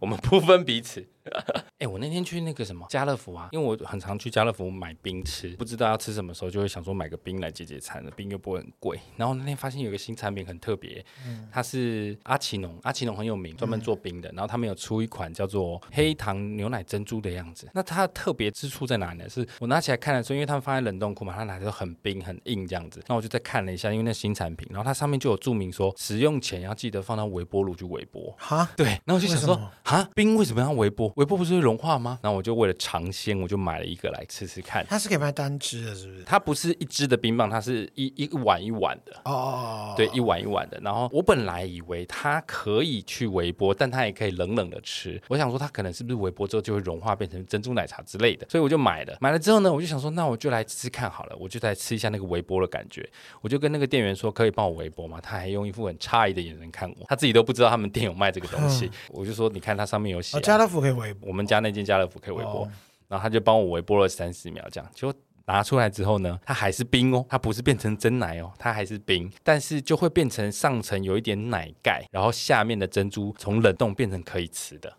我们不分彼此。 哎、我那天去那个什么家乐福啊，因为我很常去家乐福买冰吃，不知道要吃什么时候，就会想说买个冰来解解馋，冰又不会很贵。然后那天发现有个新产品很特别，它是阿奇农，阿奇农很有名，专门做冰的。然后他们有出一款叫做黑糖牛奶珍珠的样子。那它特别之处在哪里呢？是我拿起来看的时候，因为他们放在冷冻库嘛，它拿的时候很冰很硬这样子。那我就再看了一下，因为那新产品，然后它上面就有注明说，使用前要记得放到微波炉去微波。
哈，
对，然后我就想
为
说
什么，
啊，冰为什么要微波？微波不是会融化吗？然后我就为了尝鲜，我就买了一个来吃吃看。
它是可以卖单只的，是不是？
它不是一支的冰棒，它是一一碗一碗的，
哦哦哦，
对，一碗一碗的。然后我本来以为它可以去微波，但它也可以冷冷的吃。我想说，它可能是不是微波之后就会融化变成珍珠奶茶之类的，所以我就买了。买了之后呢，我就想说，那我就来吃吃看好了，我就来吃一下那个微波的感觉。我就跟那个店员说，可以帮我微波吗？他还用一副很诧异的眼神看我，他自己都不知道他们店有卖这个东西。我就说，你看它上面有写、
哦，
啊，
家乐福可以微波，
我们家那间家乐福可以微波，
哦
然后他就帮我微波了三十秒，这样就拿出来之后呢，它还是冰哦，它不是变成真奶哦，它还是冰，但是就会变成上层有一点奶盖，然后下面的珍珠从冷冻变成可以吃的，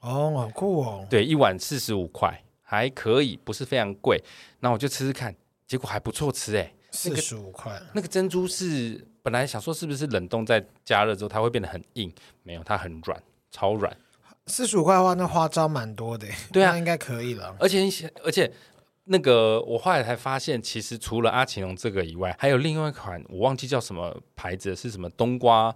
哦，好酷哦。
对，一碗四十五块，还可以，不是非常贵，那我就吃吃看，结果还不错吃哎，
四十五块，
那个珍珠是本来想说是不是冷冻再加热之后它会变得很硬，没有，它很软，超软。
四十五块的话，那花招蛮多的。欸
对啊
那应该可以了。
而且你想，而且那个我后来才发现，其实除了阿奇隆这个以外，还有另外一款我忘记叫什么牌子，是什么冬瓜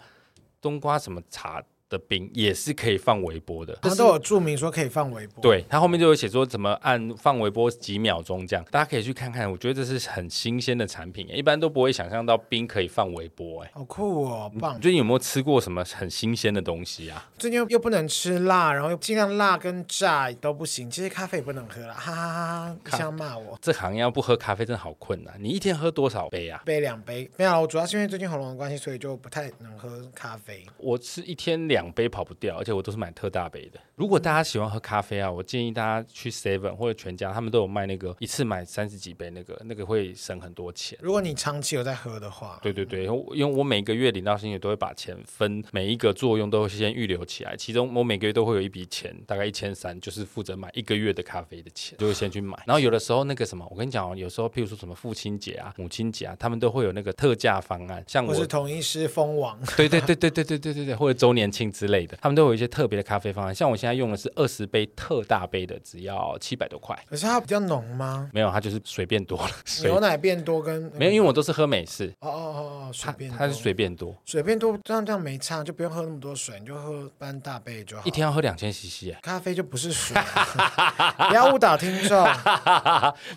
冬瓜什么茶的冰，也是可以放微波的。
它都有注明说可以放微波。
对，它后面就有写说怎么按放微波几秒钟这样，大家可以去看看。我觉得这是很新鲜的产品，一般都不会想象到冰可以放微波。哎，
好酷哦，棒
你！最近有没有吃过什么很新鲜的东西啊？
最近又又不能吃辣，然后又尽量辣跟炸都不行。其实咖啡也不能喝啦，哈哈哈哈！想骂我
这行要不喝咖啡真的好困难，你一天喝多少杯啊？
杯两杯没有啦，我主要是因为最近喉咙的关系，所以就不太能喝咖啡。
我是一天两杯跑不掉，而且我都是买特大杯的。如果大家喜欢喝咖啡啊，我建议大家去 Seven 或者全家，他们都有卖那个一次买三十几杯那个，那个会省很多钱。
如果你长期有在喝的话，
对对对，因为我每个月领到薪水都会把钱分每一个作用都会先预留起来，其中我每个月都会有一笔钱，大概一千三，就是负责买一个月的咖啡的钱，就会先去买。然后有的时候那个什么，我跟你讲哦，有时候譬如说什么父亲节啊、母亲节啊，他们都会有那个特价方案，像
或
我
是同一师蜂王，
对对对对对对对对对，或者周年庆之类的，他们都有一些特别的咖啡方案。像我现在用的是二十杯特大杯的，只要七百多块。
可是它比较浓吗？
没有，它就是水变多了，水
牛奶变多跟
没有，因为我都是喝美式，
哦哦哦哦，
它
水变多
它是水变多，
水变多，这样这样没差，就不用喝那么多水，你就喝半大杯就好
一。天要喝两千 CC 哎。
咖啡就不是水，啊不要误导听众。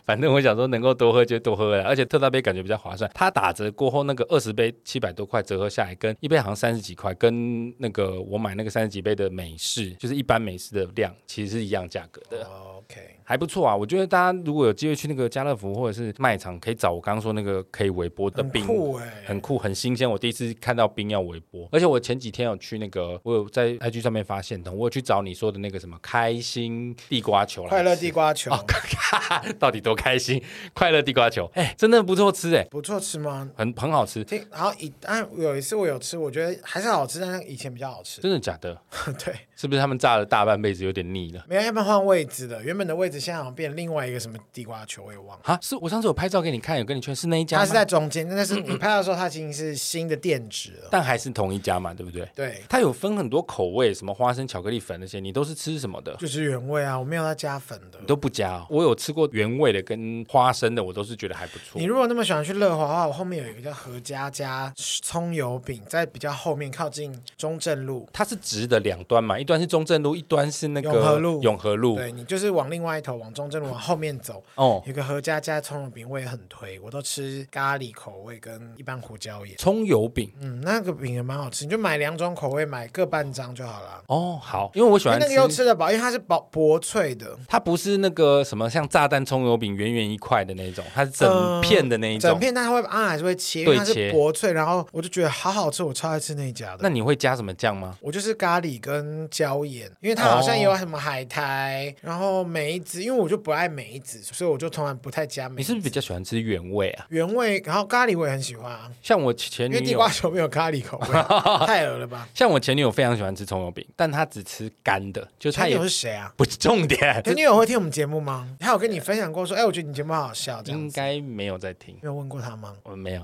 反正我想说能够多喝就多喝了，而且特大杯感觉比较划算。它打折过后那个二十杯七百多块折合下来，跟一杯好像三十几块，跟那个我买那个三十几杯的美式，就是一般美式的量，其实是一样价格的。
OK，
还不错啊，我觉得大家如果有机会去那个家乐福或者是卖场，可以找我刚刚说那个可以微波的
很
冰，
酷哎，
很酷很新鲜。我第一次看到冰要微波，而且我前几天有去那个，我有在 IG 上面发现的，我有去找你说的那个什么开心地瓜球来吃
快乐地瓜
哦
球。
到底多开心？快乐地瓜球， 哎、真的不错吃哎、
不错吃吗？
很很好吃，
听，然后以但有一次我有吃，我觉得还是好吃，但是以前比较好吃。
真的假的？
对，
是不是他们炸了大半辈子有点腻了？
没有，要不然换位置的，原本的位置现在好像变另外一个什么地瓜球，我也忘了。
啊，是我上次有拍照给你看，有跟你确认是那一家吗，
它是在中间，但是你拍到的时候，它已经是新的店址了。
但还是同一家嘛，对不对？
对，
它有分很多口味，什么花生巧克力粉那些，你都是吃什么的？
就是原味啊，我没有它加粉的
你。都不加、哦，我有吃过原味的跟花生的，我都是觉得还不错
你。如果那么喜欢去乐华的话，我后面有一个叫何家加葱油饼，在比较后面靠近中正路。
它是直的两端嘛，一端是中正路，一端是那个
永和路
永和路
对你就是往另外一头，往中正路往后面走，
哦，
有个何家加葱油饼，我也很推，我都吃咖喱口味跟一般胡椒盐。
葱油饼。
嗯，那个饼也蛮好吃，你就买两种口味，买各半张就好了。
哦，好，因为我喜
因为
欢
哎那个又吃得饱，因为它是薄薄脆的，
它不是那个什么像炸弹葱油饼圆圆一块的那一种，它是整片的那一种。
呃整片，但它会啊还是会切，因
对
为它
切
是薄脆，然后我就觉得好好吃，我超爱吃那一家
那
的。
你会加什么酱吗？
我就是咖喱跟椒盐，因为它好像也有
哦
什么海苔，然后梅子，因为我就不爱梅子，所以我就从来不太加梅
你
子。
是不是比较喜欢吃原味啊？
原味，然后咖喱我也很喜欢啊，
像我前
因为
女
地
友
瓜，球没有咖喱口 味，太恶了吧？
像我前女友非常喜欢吃葱油饼，但她只吃干的，就是她
前女
也
友是谁啊？
不是重点，
前女友会听我们节目吗？她有跟你分享过说，哎，我觉得你节目好好笑，这样
应
子。
该没有在听。
没有问过她吗？
我 没有，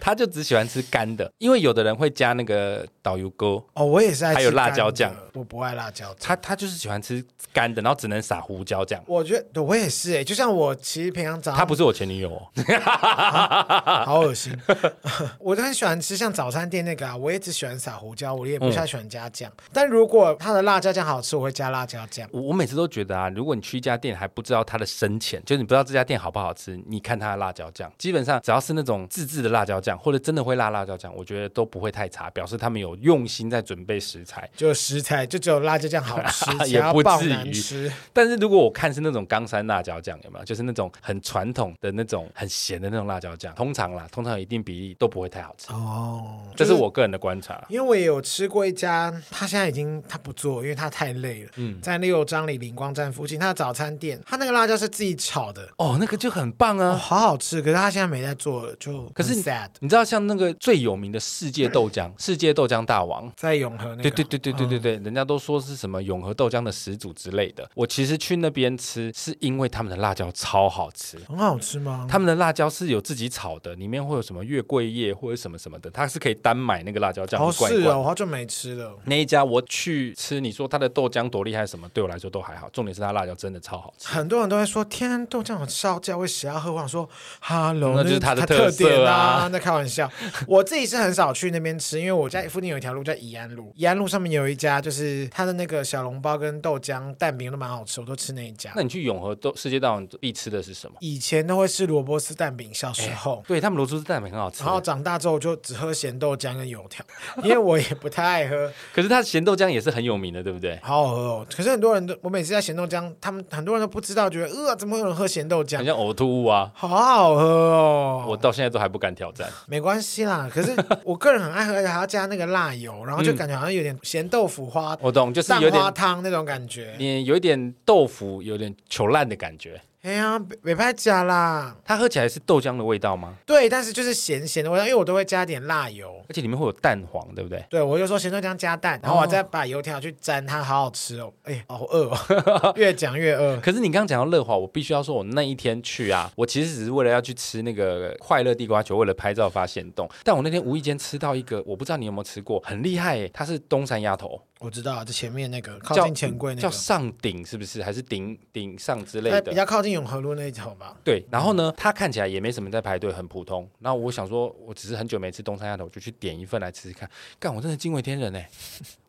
他就只喜欢吃干的，因为有的人会加那个导游锅，
哦，我也是爱吃
还有辣
干的
椒酱，
我不爱辣椒酱。
他他就是喜欢吃干的，然后只能撒胡椒酱。
我觉得我也是哎、就像我其实平常早上
他不是啊我前女友、哦，
好 恶心。 我都很喜欢吃像早餐店那个啊，我也只喜欢撒胡椒，我也
嗯
不太喜欢加酱。但如果它的辣椒酱好吃，我会加辣椒酱。
我我每次都觉得啊，如果你去一家店还不知道它的深浅，就是你不知道这家店好不好吃，你看它的辣椒酱，基本上只要是那种自制的辣椒酱，或者真的会辣辣椒酱，我觉得都不会太差，表示他们有用心在准备食材。
就食材就只有辣椒酱好吃，
也不
其他爆
至于
难吃。
但是如果我看是那种冈山辣椒酱，有没有？就是那种很传统的那种很咸的那种辣椒酱，通常啦，通常有一定比例都不会太好吃。
哦，
这是我个人的观察。
因为我也有吃过一家，他现在已经他不做，因为他太累了。嗯，在六张里灵光站附近，他的早餐店，他那个辣椒是自己炒的，
哦，那个就很棒
哦，
啊！
好好吃。可是他现在没在做了，就
可是
很 sad
你知道，像那个最有名的世界豆浆，世界豆浆大王。
在永和那个，
对对对对对对对，人家都说是什么永和豆浆的始祖之类的。我其实去那边吃，是因为他们的辣椒超好吃。
很好吃吗？
他们的辣椒是有自己炒的，里面会有什么月桂叶或者什么什么的，它是可以单买那个辣椒酱
哦
一罐一
是
罐
哦，。我好久没吃了。
那一家我去吃，你说它的豆浆多厉害什么，对我来说都还好。重点是它辣椒真的超好吃。
很多人都会说，天然豆浆有烧焦味，谁要喝？我想说，Hello，
那就是它
它
的特
特
色啊
点啊，那开玩笑。我自己是很少去那边吃，因为我家附近有一条路叫宜安路，宜安路上面有一家，就是它的那个小笼包跟豆浆蛋饼都蛮好吃，我都吃那一家
那。你去永和豆世界大王必吃的是什么？
以前都会吃萝卜丝蛋饼，小时候。
对他们罗猪蛋饼很好吃
然，后长大之后就只喝咸豆浆跟油条，因为我也不太爱喝，
可是它咸豆浆也是很有名的，对不对？
好好喝哦。可是很多人都，我每次在咸豆浆，他们很多人都不知道，觉得呃怎么会有人喝咸豆
很
浆？
像呕吐物啊，
好好喝哦！
我到现在都还不敢挑战。
没关系啦，可是我个人很爱喝，而且还要加那个辣油，然后就感觉好像有点咸豆腐花、
我懂，嗯就是
蛋
有
花
点
汤那种感觉。
你有一点豆腐，有点球烂的感觉。
哎呀，没拍加啦，
它喝起来是豆浆的味道吗？
对，但是就是咸咸的味道，因为我都会加点辣油。
而且里面会有蛋黄，对不对？
对，我就说咸豆浆加蛋，然
哦
后我再把油条去沾，它好好吃哦。哎呀，好饿 哦，越讲越饿。
可是你刚刚讲到乐华，我必须要说，我那一天去啊，我其实只是为了要去吃那个快乐地瓜球，为了拍照发现洞。但我那天无意间吃到一个，我不知道你有没有吃过，很厉害耶，它是东山鸭头，
我知道，就前面那个靠
叫
近钱哎柜那
叫
个，
上顶是不是？还是顶顶上之类
在
的
比？较靠近永和路那一头吧。
对，然后呢，它看起来也没什么在排队，很普通。然后我想说，我只是很久没吃东山鸭头，我就去点一份来吃吃看。干，我真的惊为天人哎、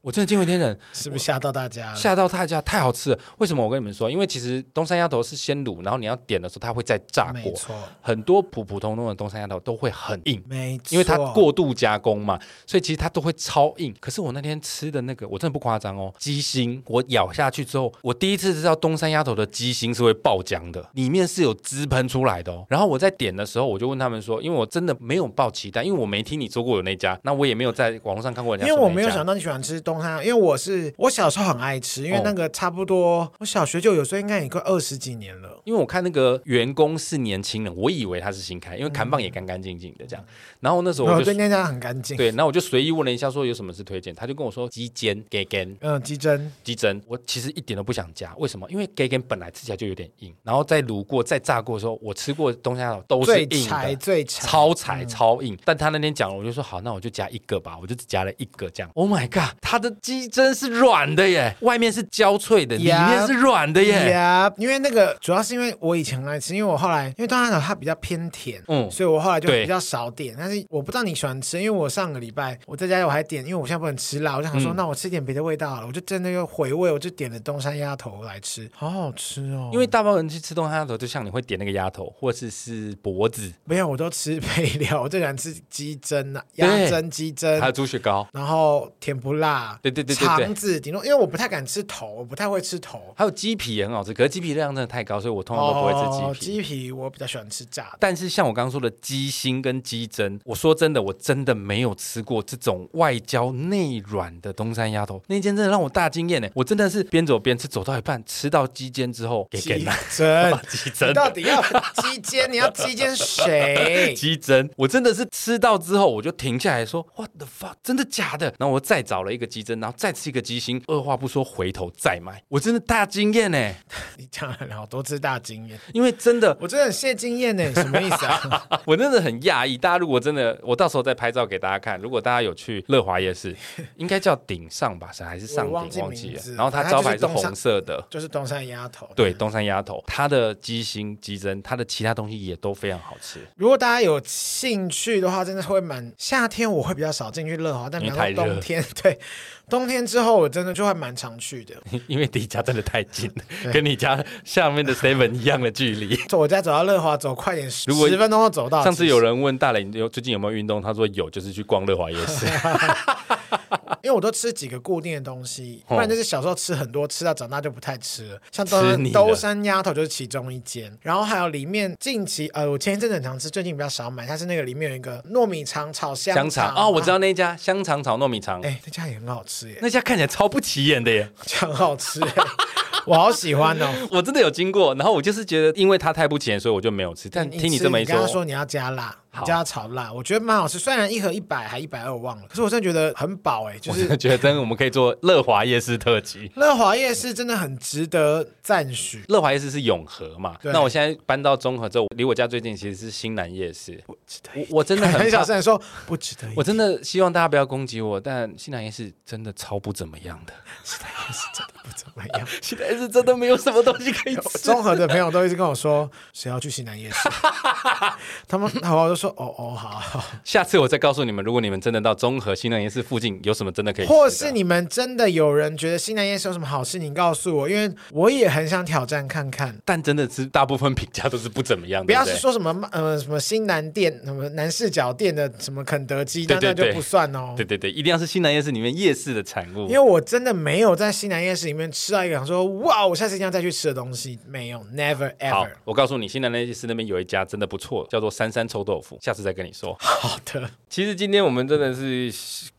我真的惊为天 人，
是不是吓到大家了？
吓到大家，太好吃了！为什么我跟你们说？因为其实东山鸭头是先卤，然后你要点的时候，它会再炸
没
过。
错，
很多普普通通的东山鸭头都会很硬，
没错，
因为它过度加工嘛，所以其实它都会超硬。可是我那天吃的那个，我真的不夸张哦，鸡心，我咬下去之后，我第一次知道东山鸭头的鸡心是会爆浆的，里面是有汁喷出来的哦。然后我在点的时候，我就问他们说，因为我真的没有抱期待，因为我没听你说过有那家，那我也没有在网络上看过人
因
家
为
说
我
那
没有
家
想到你喜欢吃东汉，啊因为我是我小时候很爱
哦
吃，因为那个差不多我小学就有，所以应该也快二十几年了。
因为我看那个员工是年轻人，我以为他是新开，因为看棒也干干净净的这样。然后那时候
嗯然
我
后
就
对那家很干净。
对，然后我就随意问了一下，说有什么是推荐，他就跟我说鸡尖、给根、
嗯，鸡胗，
鸡胗。我其实一点都不想加，为什么？因为给根本来吃起来就有点硬，然后再卤过、再炸过的时候，我吃过的东山岛都是
最
硬
柴
的。
最柴，嗯
超柴超硬，但他那天讲了，我就说好，那我就加一个吧，我就只加了一个这样。Oh my god，它的鸡胗是软的耶，外面是焦脆的，里面
Yeah
是软的耶。
呀，因为那个主要是因为我以前很爱吃，因为我后来因为东汉岛它比较偏甜，
嗯
嗯，所以我后来就
对
比较少点。但是我不知道你喜欢吃，因为我上个礼拜我在家我还点，因为我现在不能吃辣，我就想说、
嗯
那我吃点别的味道好了，我就真的又回味，我就点了东山鸭头来吃，好好吃哦。
因为大部分人去吃东山鸭头，就像你会点那个鸭头，或者是是脖子，
没有我都吃配料， 我最喜欢吃鸡胗啊，
对
鸭胗、鸡
还有
胗。
猪血糕，
然后甜不辣，
对对对对对
肠子顶多，因为我不太敢吃头，我不太会吃头，
还有鸡皮也很好吃。可是鸡皮量真的太高，所以我通常都不会
哦
吃鸡皮。
鸡皮我比较喜欢吃炸的。
但是像我刚刚说的鸡心跟鸡胗，我说真的，我真的没有吃过这种外焦内软的东山鸭头，那间真的让我大惊艳欸呢！我真的是边走边吃，走到一半吃到鸡尖之后，给给
鸡
了
胗，
鸡
你
胗。？
到底要鸡奸？你要鸡奸谁
鸡胗，我真的是吃到之后我就停下来说，What the fuck，真的假的？然后我再找了一个鸡胗，然后再吃一个鸡心，二话不说回头再买，我真的大惊艳呢！
你讲了好多次大经验，
因为真的
我真的很谢经验呢，什么意 思啊？
我真的很讶异，大家如果真的，我到时候再拍照给大家看。如果大家有去乐华夜 市，应该叫顶上吧，是还是上
我忘记
顶忘记
名
了
字。了
然后它招牌是红色的，
就是东山鸭头。
对，东山鸭头，它的鸡心、鸡胗，它的其他东西也都非常好吃。
如果大家有兴趣的话，真的会蛮夏天我会比较少进去乐华，但
因
比
为
方
太
说
热
冬天， 对冬天之后我真的就会蛮常去的。
因为离家真的太近了，跟你家下面的 seven 一样的距 离。
走我家走到乐华，走快点十
如果
十分钟就走到。
上次有
其实，
人问大磊你有最近有没有运动，他说有，就是去逛乐华夜 市。
因为我都吃几个固定的东西，
哦
不然就是小时候吃很多，吃到长大就不太吃了。像
吃腻
东
了
兜山鸭头就是其中一间，然后还有里面近期呃，我前一阵子很常吃，最近比较少买，它是那个里面有一个糯米肠炒香
香肠哦，我知
啊。
道那一家香肠炒糯米肠，
哎、那家也很好吃耶，
那家看起来超不起眼的耶。
这样很好吃耶， 我好喜欢哦。
我真的有经过，然后我就是觉得，因为它太不起眼，所以我就没有吃。但听
你吃
这么一
你
说，
刚刚说你要加辣，
好
你加炒辣，我觉得蛮好吃。虽然一盒一百还一百二，我忘了，可是我真的觉得很饱哎，就
我
是
真的 觉得真的我们可以做乐华夜市特辑。
乐华夜市真的很值得赞许。
乐华夜市是永和嘛？
对
那我现在搬到中和之后，离我家最近其实是新南夜市。我我 真的
很
很
小
怕
声地说不值得一提，
我真的希望大家不要攻击我，但新南夜市真的超不怎么样的。
不怎么样。
新南夜市真的没有什么东西可以吃。
综合的朋友都一直跟我说，谁要去西南夜 市？他们然后我就说，哦哦好好，
下次我再告诉你们，如果你们真的到中和新南夜市附近有什么真的可以吃的，
或是你们真的有人觉得西南夜市有什么好事，你告诉我，因为我也很想挑战看看。
但真的是大部分评价都是不怎么样的。
不要
对
是
对
说什么呃什么新南店什么南视角店的什么肯德基，
对
那
对
那
对
就不算哦。
对对对，一定要是新南夜市里面夜市的产物。
因为我真的没有在西南夜市里面吃到一个想说哇，我下次一定要再去吃的东西，没有，never
好
ever。，
我告诉你，新南夜市那边有一家真的不错，叫做三三臭豆腐，下次再跟你说。
好的，
其实今天我们真的是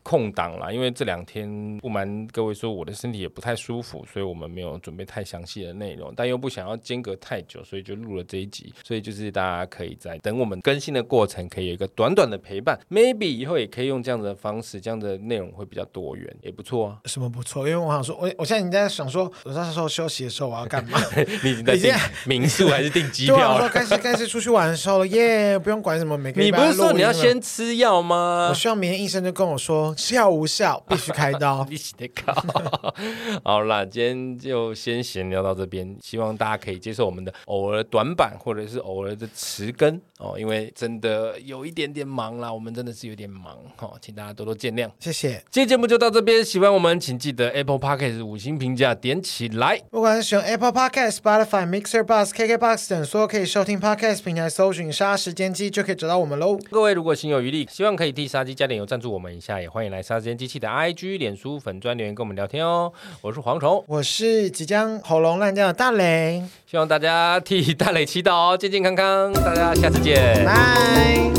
空档啦，因为这两天不瞒各位说，我的身体也不太舒服，所以我们没有准备太详细的内容，但又不想要间隔太久，所以就录了这一集。所以就是大家可以在等我们更新的过程，可以有一个短短的陪伴，maybe 以后也可以用这样子的方式，这样的内容会比较多元，也不错啊。
什么不错？因为我想说，我我现在已经在想 说，我那时候休息的时候我要干嘛？
你已经在
你
订
现在
民宿还是订机
对啊，
票了
我说？该是该是出去玩的时候了，耶！不用管什么每个
你
礼
不
拜
是说
录
你要
音了？
先呃吃药吗
我？希望明天医生就跟我说，吃药无效，必须开刀
。你写的稿。 好啦，今天就先闲聊到这边，希望大家可以接受我们的偶尔短板或者是偶尔的迟更哦，因为真的有一点点忙啦，我们真的是有点忙哦，请大家多多见谅。
谢谢。
今天节目就到这边，喜欢我们请记得 Apple Podcast 五星评价点起来。
不管是使用 Apple Podcast、Spotify、Mixer、Box、KKBox 等所有可以收听 Podcast 平台，搜寻“杀时间机”就可以找到我们喽。
各位如果心有余力，希望可以替杀鸡加点油赞助我们一下，也欢迎来杀鸡机器的 IG、脸书粉专留言跟我们聊天哦。我是蝗虫，
我是即将喉咙烂掉的大雷，
希望大家替大磊祈祷哦，健健康康，大家下次见，
拜。